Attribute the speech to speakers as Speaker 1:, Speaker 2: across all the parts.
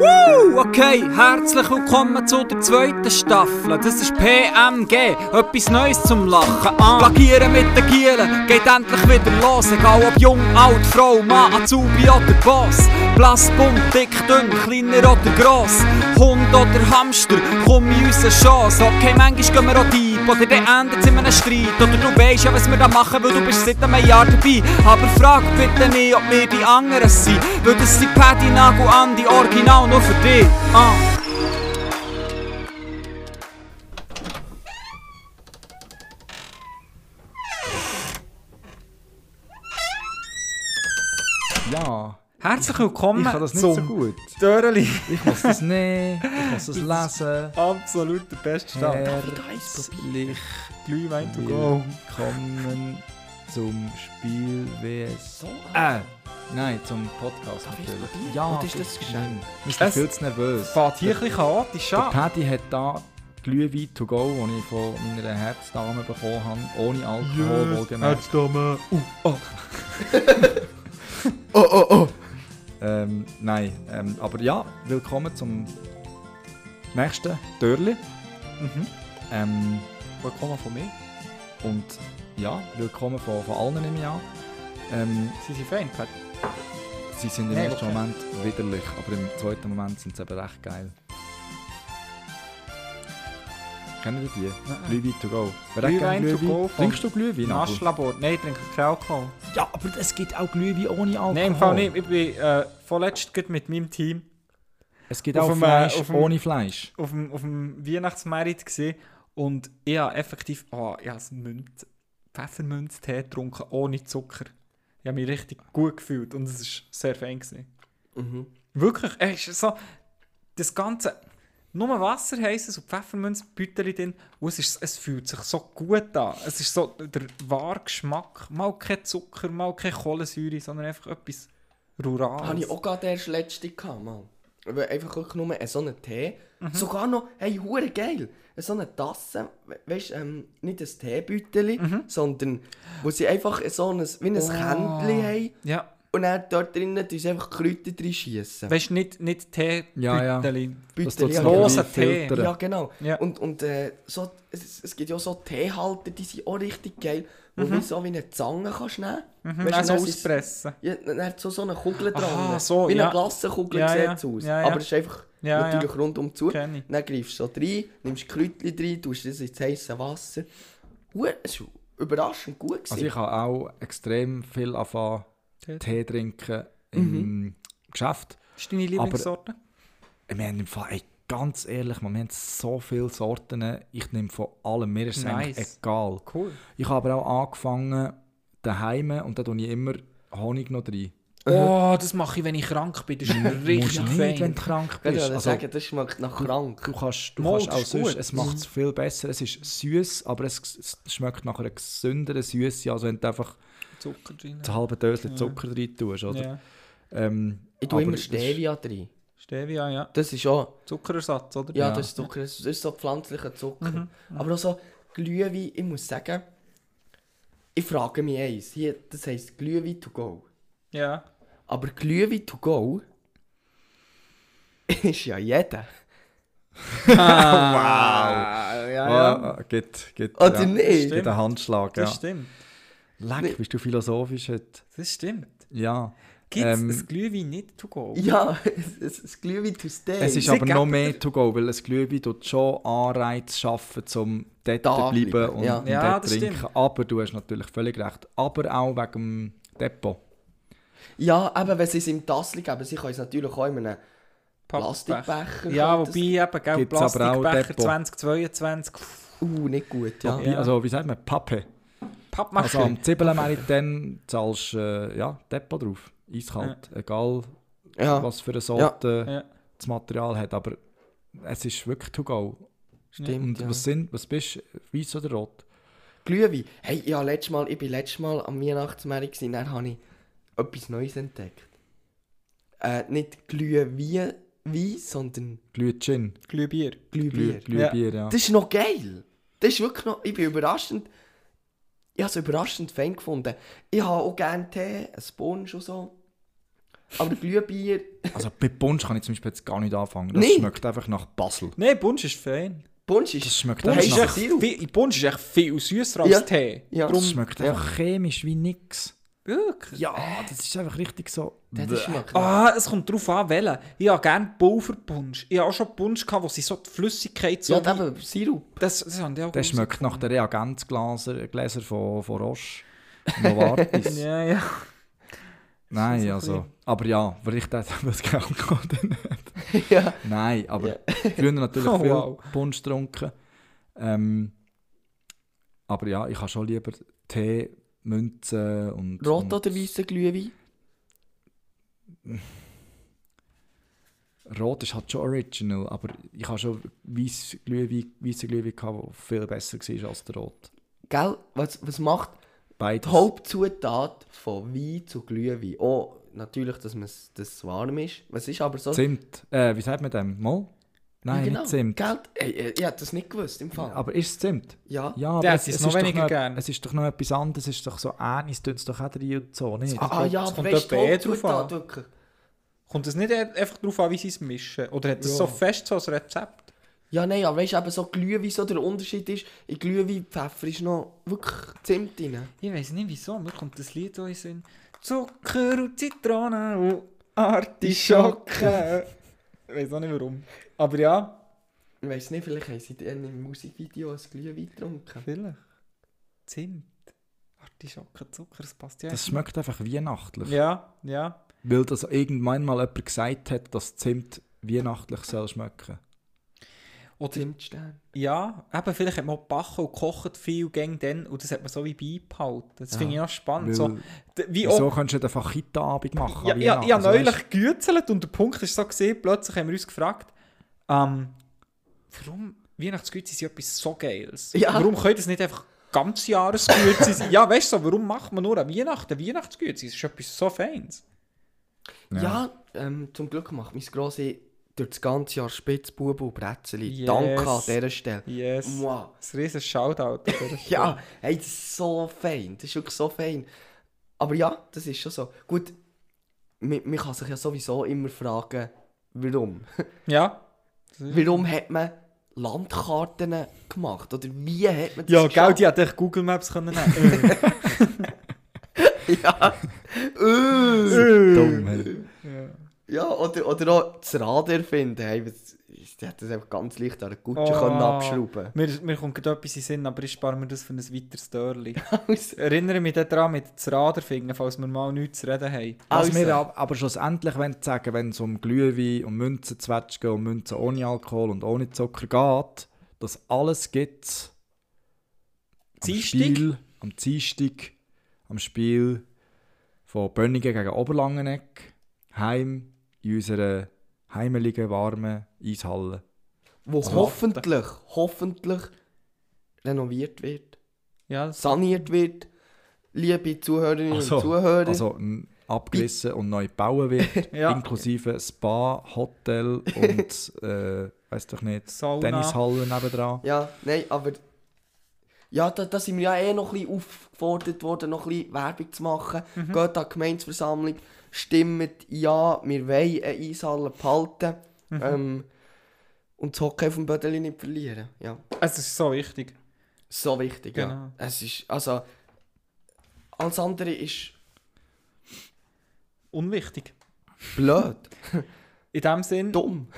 Speaker 1: Woo! Okay, herzlich willkommen zu der zweiten Staffel. Das ist PMG, etwas Neues zum Lachen. Ah. Plagieren mit den Gielen, geht endlich wieder los. Egal ob jung, alt, Frau, Mann, Azubi oder Boss. Blass, bunt, dick, dünn, kleiner oder gross. Hund oder Hamster, komm in unsere Chance. Okay, manchmal gehen wir auch deep oder dann endet es in einem Streit. Oder du weisst ja, was wir da machen, weil du bist seit einem Jahr dabei. Aber frag bitte nicht, ob wir e die anderen sind. Weil das sind Paddy, Nagel, Andi, Original nur für dich. Ah.
Speaker 2: Ja, dus
Speaker 1: Herzlich willkommen
Speaker 2: ich kann das nicht
Speaker 1: zum
Speaker 2: so gut.
Speaker 1: Dörrli.
Speaker 2: Ich muss das nehmen, ich muss das lesen.
Speaker 1: Absolut der beste
Speaker 2: Herzlich
Speaker 1: Glühwein
Speaker 2: willkommen zum Spiel WS. Äh, nein, zum Podcast natürlich. Ja,
Speaker 3: Was ist das Geschenk?
Speaker 2: Wir sind
Speaker 1: Es-
Speaker 2: viel zu nervös.
Speaker 1: Fahrt hier ein bisschen chaotisch
Speaker 2: Der
Speaker 3: Ah.
Speaker 1: an.
Speaker 2: Paddy hat da Glühwein to go, den ich von meiner Herzdame bekommen habe, ohne Alkohol wohlgemerkt.
Speaker 3: Herzdame.
Speaker 2: Oh, oh, oh! Ähm, nein, ähm, aber ja, willkommen zum nächsten Türli.
Speaker 1: Mhm.
Speaker 2: Ähm,
Speaker 1: Willkommen von mir.
Speaker 2: und ja, willkommen von, von allen im Jahr. Ähm,
Speaker 1: Sie sind Fan, Pat.
Speaker 2: sie sind im
Speaker 1: Nein,
Speaker 2: ersten
Speaker 1: okay.
Speaker 2: Moment widerlich, aber im zweiten Moment sind sie eben recht geil. Kennen ihr die? Glühwein to go. Wer hat
Speaker 1: Glühwein
Speaker 2: gern
Speaker 1: to go von
Speaker 2: Trinkst du Glühwein? Nabu?
Speaker 1: Naschlabor. Nein, ich trinke keinen Alkohol.
Speaker 2: Ja, aber es gibt auch Glühwein ohne Alkohol.
Speaker 1: Nein, im Fall nicht. Ich bin äh, vorletzt gerade mit meinem Team
Speaker 2: Es gibt
Speaker 1: Auf
Speaker 2: auch
Speaker 1: dem, äh,
Speaker 2: Fleisch
Speaker 1: auf dem-
Speaker 2: ohne Fleisch.
Speaker 1: auf dem, auf dem Weihnachtsmerit gewesen und ich habe effektiv oh, ich habe einen Münz, Pfeffermünztee getrunken ohne Zucker. Ich habe mich richtig gut gefühlt und es war sehr fein. Gewesen.
Speaker 3: Mhm.
Speaker 1: Wirklich, es ist so, das Ganze, nur Wasser heißes und Pfeffermünzbüteli drin und es, ist, es fühlt sich so gut an. Es ist so der wahre Geschmack, mal kein Zucker, mal keine Kohlensäure, sondern einfach etwas Rurales.
Speaker 3: Habe ich auch gerade erst letzte gehabt, Mann. Weil einfach wirklich nur äh, so einen Tee.
Speaker 1: Mhm.
Speaker 3: Sogar noch, hey, hure geil. So eine Tasse, we weißt du, ähm, nicht ein Teebüteli,
Speaker 1: Mhm.
Speaker 3: sondern wo sie einfach so ein, wie
Speaker 1: Oh.
Speaker 3: ein Kändchen haben
Speaker 1: Ja,
Speaker 3: und dann dort drinnen tun sie einfach Kräuter reinschießen.
Speaker 1: weißt du, nicht, nicht Teebüteli.
Speaker 2: Ja, ja.
Speaker 3: Bitte,
Speaker 2: tut's
Speaker 3: ja,
Speaker 2: noch
Speaker 1: Rosa
Speaker 2: ein bisschen
Speaker 1: Tee.
Speaker 2: filtern.
Speaker 3: Ja, genau.
Speaker 1: Ja.
Speaker 3: Und, und äh, so, es, es gibt ja auch so Teehalter, die sind auch richtig geil, wo du so wie eine Zange kannst nehmen kannst.
Speaker 1: Mhm, also auspressen.
Speaker 3: Ja, dann hat so so eine Kugel dran.
Speaker 1: Aha, so,
Speaker 3: Wie
Speaker 1: ja.
Speaker 3: eine Glaskugel
Speaker 1: Ja,
Speaker 3: sieht
Speaker 1: ja.
Speaker 3: es aus.
Speaker 1: Ja, ja.
Speaker 3: Aber es ist einfach
Speaker 1: Ja,
Speaker 3: natürlich
Speaker 1: ja.
Speaker 3: rundum zu.
Speaker 1: Kenn ich.
Speaker 3: Dann greifst du so rein, nimmst Kräutchen rein, tust das ins heiße Wasser. Hure, es war überraschend gut.
Speaker 2: Also ich habe auch extrem viel anfangen,
Speaker 1: Tee. Mhm.
Speaker 2: Tee trinken im Geschäft.
Speaker 1: Das ist deine Lieblingssorte?
Speaker 2: Wir haben im Fall, ey, ganz ehrlich, man, wir haben so viele Sorten. Ich nehme von allem, mir ist es eigentlich
Speaker 1: Nice.
Speaker 2: egal.
Speaker 1: Cool.
Speaker 2: Ich habe aber auch angefangen daheim und da tue ich immer Honig noch rein.
Speaker 1: Oh, das mache ich, wenn ich krank bin. Das ist
Speaker 2: Musst
Speaker 1: richtig
Speaker 2: nicht, wenn
Speaker 1: fein.
Speaker 2: du krank
Speaker 3: würde
Speaker 2: bist.
Speaker 3: also,
Speaker 2: Also,
Speaker 3: sagen, das schmeckt nach krank.
Speaker 2: du kannst, du
Speaker 1: Mal,
Speaker 2: kannst
Speaker 1: das
Speaker 2: auch
Speaker 1: ist gut. Mhm.
Speaker 2: sonst, es macht es viel besser. Es ist süß, aber es, es schmeckt nach einer gesünderen Süße, als wenn du einfach
Speaker 1: Zucker drin.
Speaker 2: das halbe Döschen Zucker rein tust. Oder?
Speaker 1: Ja.
Speaker 2: Ähm,
Speaker 3: Ich tue
Speaker 2: aber
Speaker 3: immer
Speaker 2: das-
Speaker 3: Stevia rein.
Speaker 1: Stevia, ja.
Speaker 3: Das ist auch...
Speaker 1: Zuckerersatz, oder?
Speaker 3: Ja, das ist Zucker. Das ist so pflanzlicher Zucker.
Speaker 1: Mhm,
Speaker 3: Aber auch so Glühwein, ich muss sagen, ich frage mich eins. Hier, das heisst Glühwein to go.
Speaker 1: Ja.
Speaker 3: Aber Glühwein to go ist ja jeder.
Speaker 1: Ah, ja, ja.
Speaker 2: Ah, ah, geht, geht.
Speaker 3: Oder
Speaker 2: ja.
Speaker 3: nicht?
Speaker 2: Geht ein Handschlag, ja.
Speaker 1: Das stimmt.
Speaker 2: Leck, bist du philosophisch heute.
Speaker 1: Das stimmt.
Speaker 2: Ja.
Speaker 1: Gibt es
Speaker 2: Ähm,
Speaker 1: das Glühwein nicht to go?
Speaker 3: Ja, es- es ist Glühwein to stay.
Speaker 2: Es ist
Speaker 1: Sie
Speaker 2: aber noch
Speaker 1: geben
Speaker 2: mehr to go, weil ein Glühwein tut schon Anreiz schaffen, zum dort
Speaker 3: Da
Speaker 2: zu bleiben
Speaker 3: bleiben,
Speaker 2: und
Speaker 3: ja.
Speaker 2: dort
Speaker 1: Ja, das
Speaker 2: trinken.
Speaker 1: stimmt.
Speaker 2: Aber du hast natürlich völlig recht. Aber auch wegen dem Depot.
Speaker 3: ja, eben, wenn sie es im Tassel geben, sie können es natürlich auch in einem
Speaker 1: Pappbecher.
Speaker 3: Plastikbecher.
Speaker 1: Ja,
Speaker 3: können das-
Speaker 1: wobei eben, gell,
Speaker 2: Gibt's aber auch
Speaker 1: Plastikbecher
Speaker 2: Depot.
Speaker 1: 2022.
Speaker 3: Uh, nicht gut, ja.
Speaker 2: Wie- Also, wie sagt man? Pappe.
Speaker 1: Pappmacher.
Speaker 2: Also am Zwiebelmärit dann zahlst du äh, ja, Depot drauf. Eiskalt. Egal,
Speaker 3: Ja,
Speaker 2: was für eine Sorte
Speaker 1: Ja.
Speaker 2: das Material hat. Aber es ist wirklich to go.
Speaker 3: stimmt.
Speaker 2: Und
Speaker 3: Ja.
Speaker 2: was, sind, was bist du? Weiß oder rot?
Speaker 3: Glühwein. Hey, ja, letztes Mal, ich bin letztes Mal am Weihnachtsmarkt gewesen, dann habe ich etwas Neues entdeckt. Äh, nicht Glühwein, Wein, sondern
Speaker 2: Glühgin.
Speaker 1: Glühbier.
Speaker 3: Glühbier.
Speaker 2: Glüh, Glühbier, ja.
Speaker 3: Das ist noch geil. Das ist wirklich noch, ich bin überraschend. ich habe es überraschend fein gefunden. Ich habe auch gerne Tee, einen Sponge und so. Aber Glühbier,
Speaker 2: Also bei Punsch kann ich zum Beispiel jetzt gar nicht anfangen. Das
Speaker 3: Nein.
Speaker 2: schmeckt einfach nach Basel.
Speaker 1: Nein, Bunsch ist fein.
Speaker 3: Punsch ist...
Speaker 2: Das schmeckt
Speaker 1: Bunsch
Speaker 2: einfach
Speaker 1: ist,
Speaker 3: Hey,
Speaker 2: nach...
Speaker 1: echt
Speaker 3: Sirup.
Speaker 1: viel, Bunsch ist echt viel süßer als
Speaker 3: Ja.
Speaker 1: Tee.
Speaker 3: Ja.
Speaker 2: Das
Speaker 1: Drum,
Speaker 2: schmeckt einfach chemisch wie nix.
Speaker 1: wirklich.
Speaker 2: Ja, Ah, das ist einfach richtig so...
Speaker 3: das schmeckt
Speaker 1: Ah, es kommt darauf an, wählen. Ich habe gerne Pulverpunsch. Ich habe auch schon Punsch gehabt, wo sie so die Flüssigkeit so...
Speaker 3: Ja,
Speaker 1: wie-
Speaker 3: eben, Sirup.
Speaker 1: das, das haben die auch
Speaker 2: Das
Speaker 1: gut.
Speaker 2: schmeckt nach den Reagenzgläser Gläser von, von Roche. Novartis.
Speaker 1: Ja, ja.
Speaker 2: Nein, also. Aber ja, weil ich dort das Geld Alkohol drin hat.
Speaker 3: Ja.
Speaker 2: Nein, aber früher natürlich
Speaker 1: Oh,
Speaker 2: viel
Speaker 1: wow.
Speaker 2: Punsch getrunken. Ähm, aber ja, ich habe schon lieber Tee, Münzen und.
Speaker 3: Rot
Speaker 2: und
Speaker 3: oder weißer Glühwein?
Speaker 2: Rot ist halt schon original, aber ich habe schon weiße Glühwein, weiße Glühwein gehabt, der viel besser war als der Rot.
Speaker 3: Gell? Was, was macht die
Speaker 2: Beides.
Speaker 3: Hauptzutat von Wein zu Glühwein? Oh, natürlich, dass es das warm ist. Was ist aber so...
Speaker 2: Zimt. Äh, wie sagt man dem? Mol? Nein,
Speaker 3: genau.
Speaker 2: nicht Zimt.
Speaker 3: Gell? Ey, ey, ich hätte das nicht gewusst, im Fall.
Speaker 2: Aber ist es Zimt?
Speaker 3: Ja.
Speaker 2: Ja, aber
Speaker 1: Der
Speaker 2: es,
Speaker 1: hat es
Speaker 2: es,
Speaker 1: noch
Speaker 2: ist doch
Speaker 1: weniger
Speaker 2: noch, e-
Speaker 1: gern.
Speaker 2: es ist doch noch etwas anderes. Es ist doch so Anis, tut es doch auch rein und so, nicht?
Speaker 3: Ah ja,
Speaker 1: Es
Speaker 3: aber
Speaker 1: kommt
Speaker 3: weißt du,
Speaker 1: etwa eh
Speaker 3: die
Speaker 1: drauf an.
Speaker 3: Hauptzutat wirklich.
Speaker 1: Kommt es nicht einfach darauf an, wie sie es mischen? Oder hat es
Speaker 2: Ja.
Speaker 1: so fest so ein Rezept?
Speaker 3: Ja, nein, aber weißt du, eben so Glühwein, so der Unterschied ist, in Glühwein Pfeffer ist noch wirklich Zimt drin.
Speaker 1: Ich weiß nicht wieso, mir kommt das Lied in Sinn. Zucker und Zitrone und Artischocken. ich weiß auch nicht warum. Aber ja,
Speaker 3: Ich weiß nicht, vielleicht haben sie dann im Musikvideo ein Glühwein getrunken.
Speaker 1: vielleicht. Zimt, Artischocken, Zucker, das passt ja.
Speaker 2: Das schmeckt einfach weihnachtlich.
Speaker 1: ja, ja.
Speaker 2: Weil das irgendwann mal jemand gesagt hat, dass Zimt weihnachtlich soll schmecken
Speaker 1: Oder
Speaker 3: Zimtstern.
Speaker 1: ja, eben, vielleicht hat man auch gebacken und gekocht viel gegen dann und das hat man so wie beibehalten. Das finde ich auch spannend.
Speaker 2: Weil, also
Speaker 1: So, d- wie auch-
Speaker 2: Wieso kannst du nicht einfach Kita-Abend machen?
Speaker 1: Ja,
Speaker 2: an
Speaker 1: Oh. ja, ich habe
Speaker 2: Weihnachten? Also,
Speaker 1: neulich gegützelt und der Punkt war so, gewesen, plötzlich haben wir uns gefragt, ähm, warum Weihnachtsgüte sind etwas so Geiles?
Speaker 3: Ja.
Speaker 1: Warum können das nicht einfach ganz Jahresgüte sein? ja, weißt du, so, warum macht man nur an Weihnachten Weihnachtsgüte? Das ist etwas so Feines.
Speaker 3: Ja,
Speaker 2: Ja.
Speaker 3: ähm, zum Glück macht mein Grossi durch das ganze Jahr Spitzbuben und Brezeli.
Speaker 1: Yes.
Speaker 3: Danke an dieser Stelle.
Speaker 1: Yes.
Speaker 3: Wow.
Speaker 1: Das ist ein riesen Shoutout. oder?
Speaker 3: Ja, hey, das ist so fein. Das ist wirklich so fein. Aber ja, das ist schon so. Gut, man, man kann sich ja sowieso immer fragen, warum.
Speaker 1: ja.
Speaker 3: warum hat man Landkarten gemacht? Oder wie hat man das
Speaker 1: Ja, gell,
Speaker 3: geschafft?
Speaker 1: die hätte ich Google Maps können nehmen
Speaker 3: Ja. Äh.
Speaker 2: dumm, hey.
Speaker 3: ja, oder, oder auch das Rad erfinden. Hey, was, die hat das einfach ganz leicht an der
Speaker 1: Oh.
Speaker 3: Gutsche
Speaker 1: Ah.
Speaker 3: können abschrauben
Speaker 1: Mir, mir kommt gerade etwas in den Sinn, aber ich spare mir das für ein weiteres Dörrli.
Speaker 3: Also,
Speaker 1: Erinnere mich daran mit den Raderfingern, falls wir mal nichts zu reden haben.
Speaker 2: Was
Speaker 3: Also.
Speaker 2: wir ab- aber schlussendlich wollen sagen, wenn es um Glühwein und Münzenzwetschgen und Münzen ohne Alkohol und ohne Zucker geht, dass alles gibt am
Speaker 1: Dienstag?
Speaker 2: Spiel, am Dienstag, am Spiel von Bönningen gegen Oberlangeneck, heim in unserer heimeligen, warmen Eishalle.
Speaker 3: wo
Speaker 2: Das
Speaker 3: hoffentlich, hoffentlich renoviert wird,
Speaker 1: Ja, das
Speaker 3: saniert wird. Liebe Zuhörerinnen
Speaker 2: Also,
Speaker 3: und Zuhörer.
Speaker 2: Also n- abgerissen und neu gebaut wird,
Speaker 1: Ja.
Speaker 2: inklusive Spa, Hotel und, äh, weiß doch nicht,
Speaker 1: Sauna.
Speaker 2: Tennishalle nebendran.
Speaker 3: Ja, nein, aber. Ja, da, da sind wir ja eh noch ein bisschen aufgefordert worden, noch ein bisschen Werbung zu machen. Geht an die Gemeindeversammlung, stimmt ja, wir wollen eine Eishalle behalten. Ähm, und das Hockey auf dem Bödeli nicht verlieren. Ja,
Speaker 1: Es ist so wichtig.
Speaker 3: so wichtig.
Speaker 1: Genau.
Speaker 3: Ja. Es ist, also, alles andere ist
Speaker 1: Unwichtig.
Speaker 3: blöd,
Speaker 1: In dem Sinn,
Speaker 3: dumm.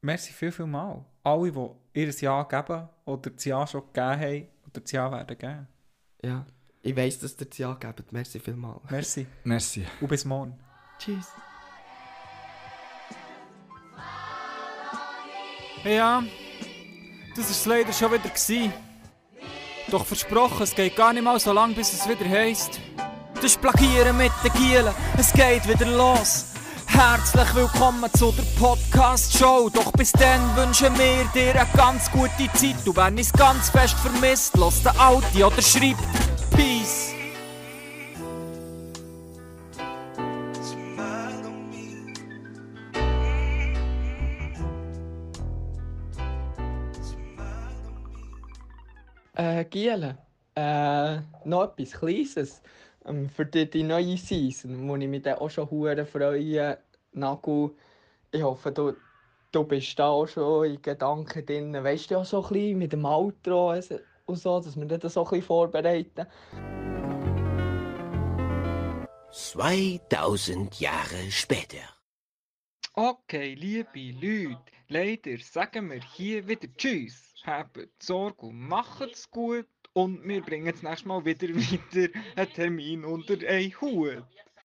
Speaker 1: merci viel, viel mal. Alle, die ihr Ja geben oder das Ja schon gegeben haben oder das Ja werden geben.
Speaker 3: Ja, ich weiss, dass ihr das Ja gebt. Merci vielmals.
Speaker 1: Merci
Speaker 2: Merci.
Speaker 1: und bis morgen.
Speaker 3: Tschüss.
Speaker 1: Ja, das war es leider schon wieder. Gewesen. Doch versprochen, es geht gar nicht mal so lange, bis es wieder heisst. Das Plagieren mit den Gielen, es geht wieder los. Herzlich willkommen zu der Podcast-Show. Doch bis dann wünschen wir dir eine ganz gute Zeit. Und wenn ich's ganz fest vermisst, lass den Audi oder schreib Peace.
Speaker 4: Smile on me. Smile on me.
Speaker 3: Äh, Giele, äh, noch etwas Kleines ähm, für die, die neue Season, wo ich mich dann auch schon hure freue. Nagu, ich hoffe, du, du bist da auch schon in Gedanken drin. Weißt du ja so ein bisschen mit dem Outro also- und so, dass wir das so ein bisschen vorbereiten.
Speaker 5: 2000 Jahre später.
Speaker 3: Okay, liebe Leute, leider sagen wir hier wieder Tschüss. Habt Sorge und macht's gut. Und wir bringen das nächste Mal wieder wieder einen Termin unter einen Hut.